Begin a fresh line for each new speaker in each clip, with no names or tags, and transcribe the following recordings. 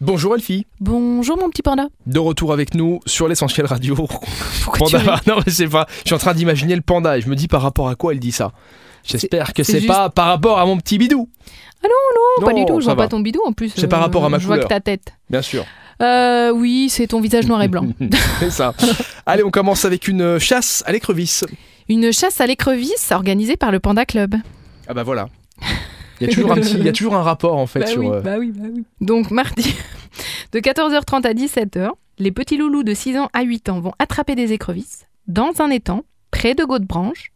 Bonjour Elfie,
Bonjour mon petit panda.
de retour avec nous sur l'essentiel radio.
Pourquoi tu
Panda,
ris
non mais c'est pas. Je suis en train d'imaginer le panda et je me dis par rapport à quoi elle dit ça. J'espère que
c'est
c'est
juste-
pas par rapport à mon petit bidou.
Ah
non
Non, pas du tout, je
ça
vois
va.
pas ton bidou en plus. euh,
C'est par rapport à ma
Je vois que
couleur.
ta tête.
Bien sûr.
Euh, oui, c'est ton visage noir et blanc.
c'est ça. Allez, on commence avec une chasse à l'écrevisse.
Une chasse à l'écrevisse organisée par le Panda Club.
Ah bah voilà. Il y a toujours un petit, il y a toujours un rapport en fait sur. euh,
bah oui, bah oui. Donc mardi, de 14h30 à 17h, les petits loulous de 6 ans à 8 ans vont attraper des écrevisses dans un étang, près de Gaudebranche,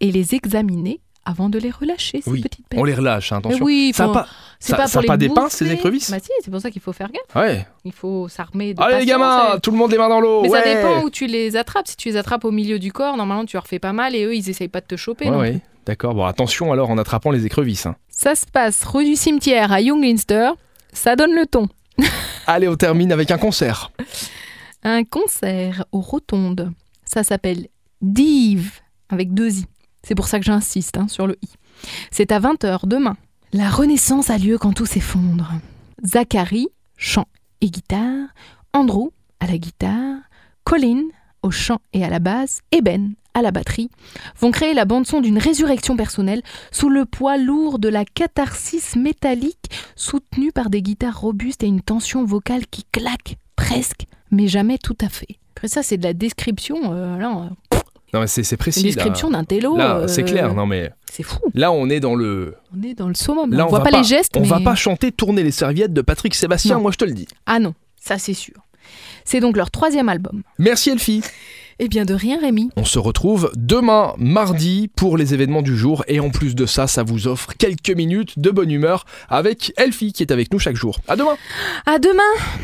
et les examiner avant de les relâcher, ces
Oui,
petites bêtes.
On les relâche, hein,
Mais
attention.
Bah oui,
Ça a
faut-
pas-
c'est
ça-
pas
ça a
pour
pas
les
des pinces, ces
bouffer.
écrevisses
Bah si, c'est pour ça qu'il faut faire gaffe.
Ouais.
Il faut s'armer de
Allez les
patience, euh,
gamins,
et-
tout le monde les mains dans l'eau.
Mais ça
Oh, ouais.
dépend où tu les attrapes. Si tu les attrapes au milieu du corps, normalement tu leur fais pas mal et eux ils essayent pas de te choper.
Ouais,
non
ouais.
plus.
D'accord. Bon, attention alors en attrapant les écrevisses. hein.
Ça se passe rue du cimetière à Younglinster. Ça donne le ton.
Allez, on termine avec un concert.
Un concert aux rotondes. Ça s'appelle Dive avec deux i. C'est pour ça que j'insiste hein, sur le i. C'est à 20h demain. La renaissance a lieu quand tout s'effondre. Zachary, chant et guitare. Andrew, à la guitare. Colin, au chant et à la basse. Et Ben, à la batterie. Vont créer la bande-son d'une résurrection personnelle sous le poids lourd de la catharsis métallique soutenue par des guitares robustes et une tension vocale qui claque presque, mais jamais tout à fait. Après ça, c'est de la description, euh, là, euh,
Non mais c'est c'est précis.
une
là.
description d'un télo.
Là,
euh,
c'est clair. Non mais
C'est fou.
là, on est dans le.
On est dans le summum.
Là,
Là, on, voit
va
pas, les gestes.
On
mais-
va pas chanter tourner les serviettes de Patrick Sébastien.
Non.
Moi, je te le dis.
Ah non, ça c'est sûr. C'est donc leur troisième album.
Merci Elfie.
Eh bien de rien, Rémi.
On se retrouve demain mardi pour les événements du jour et en plus de ça, ça vous offre quelques minutes de bonne humeur avec Elfie qui est avec nous chaque jour. À demain.
À demain.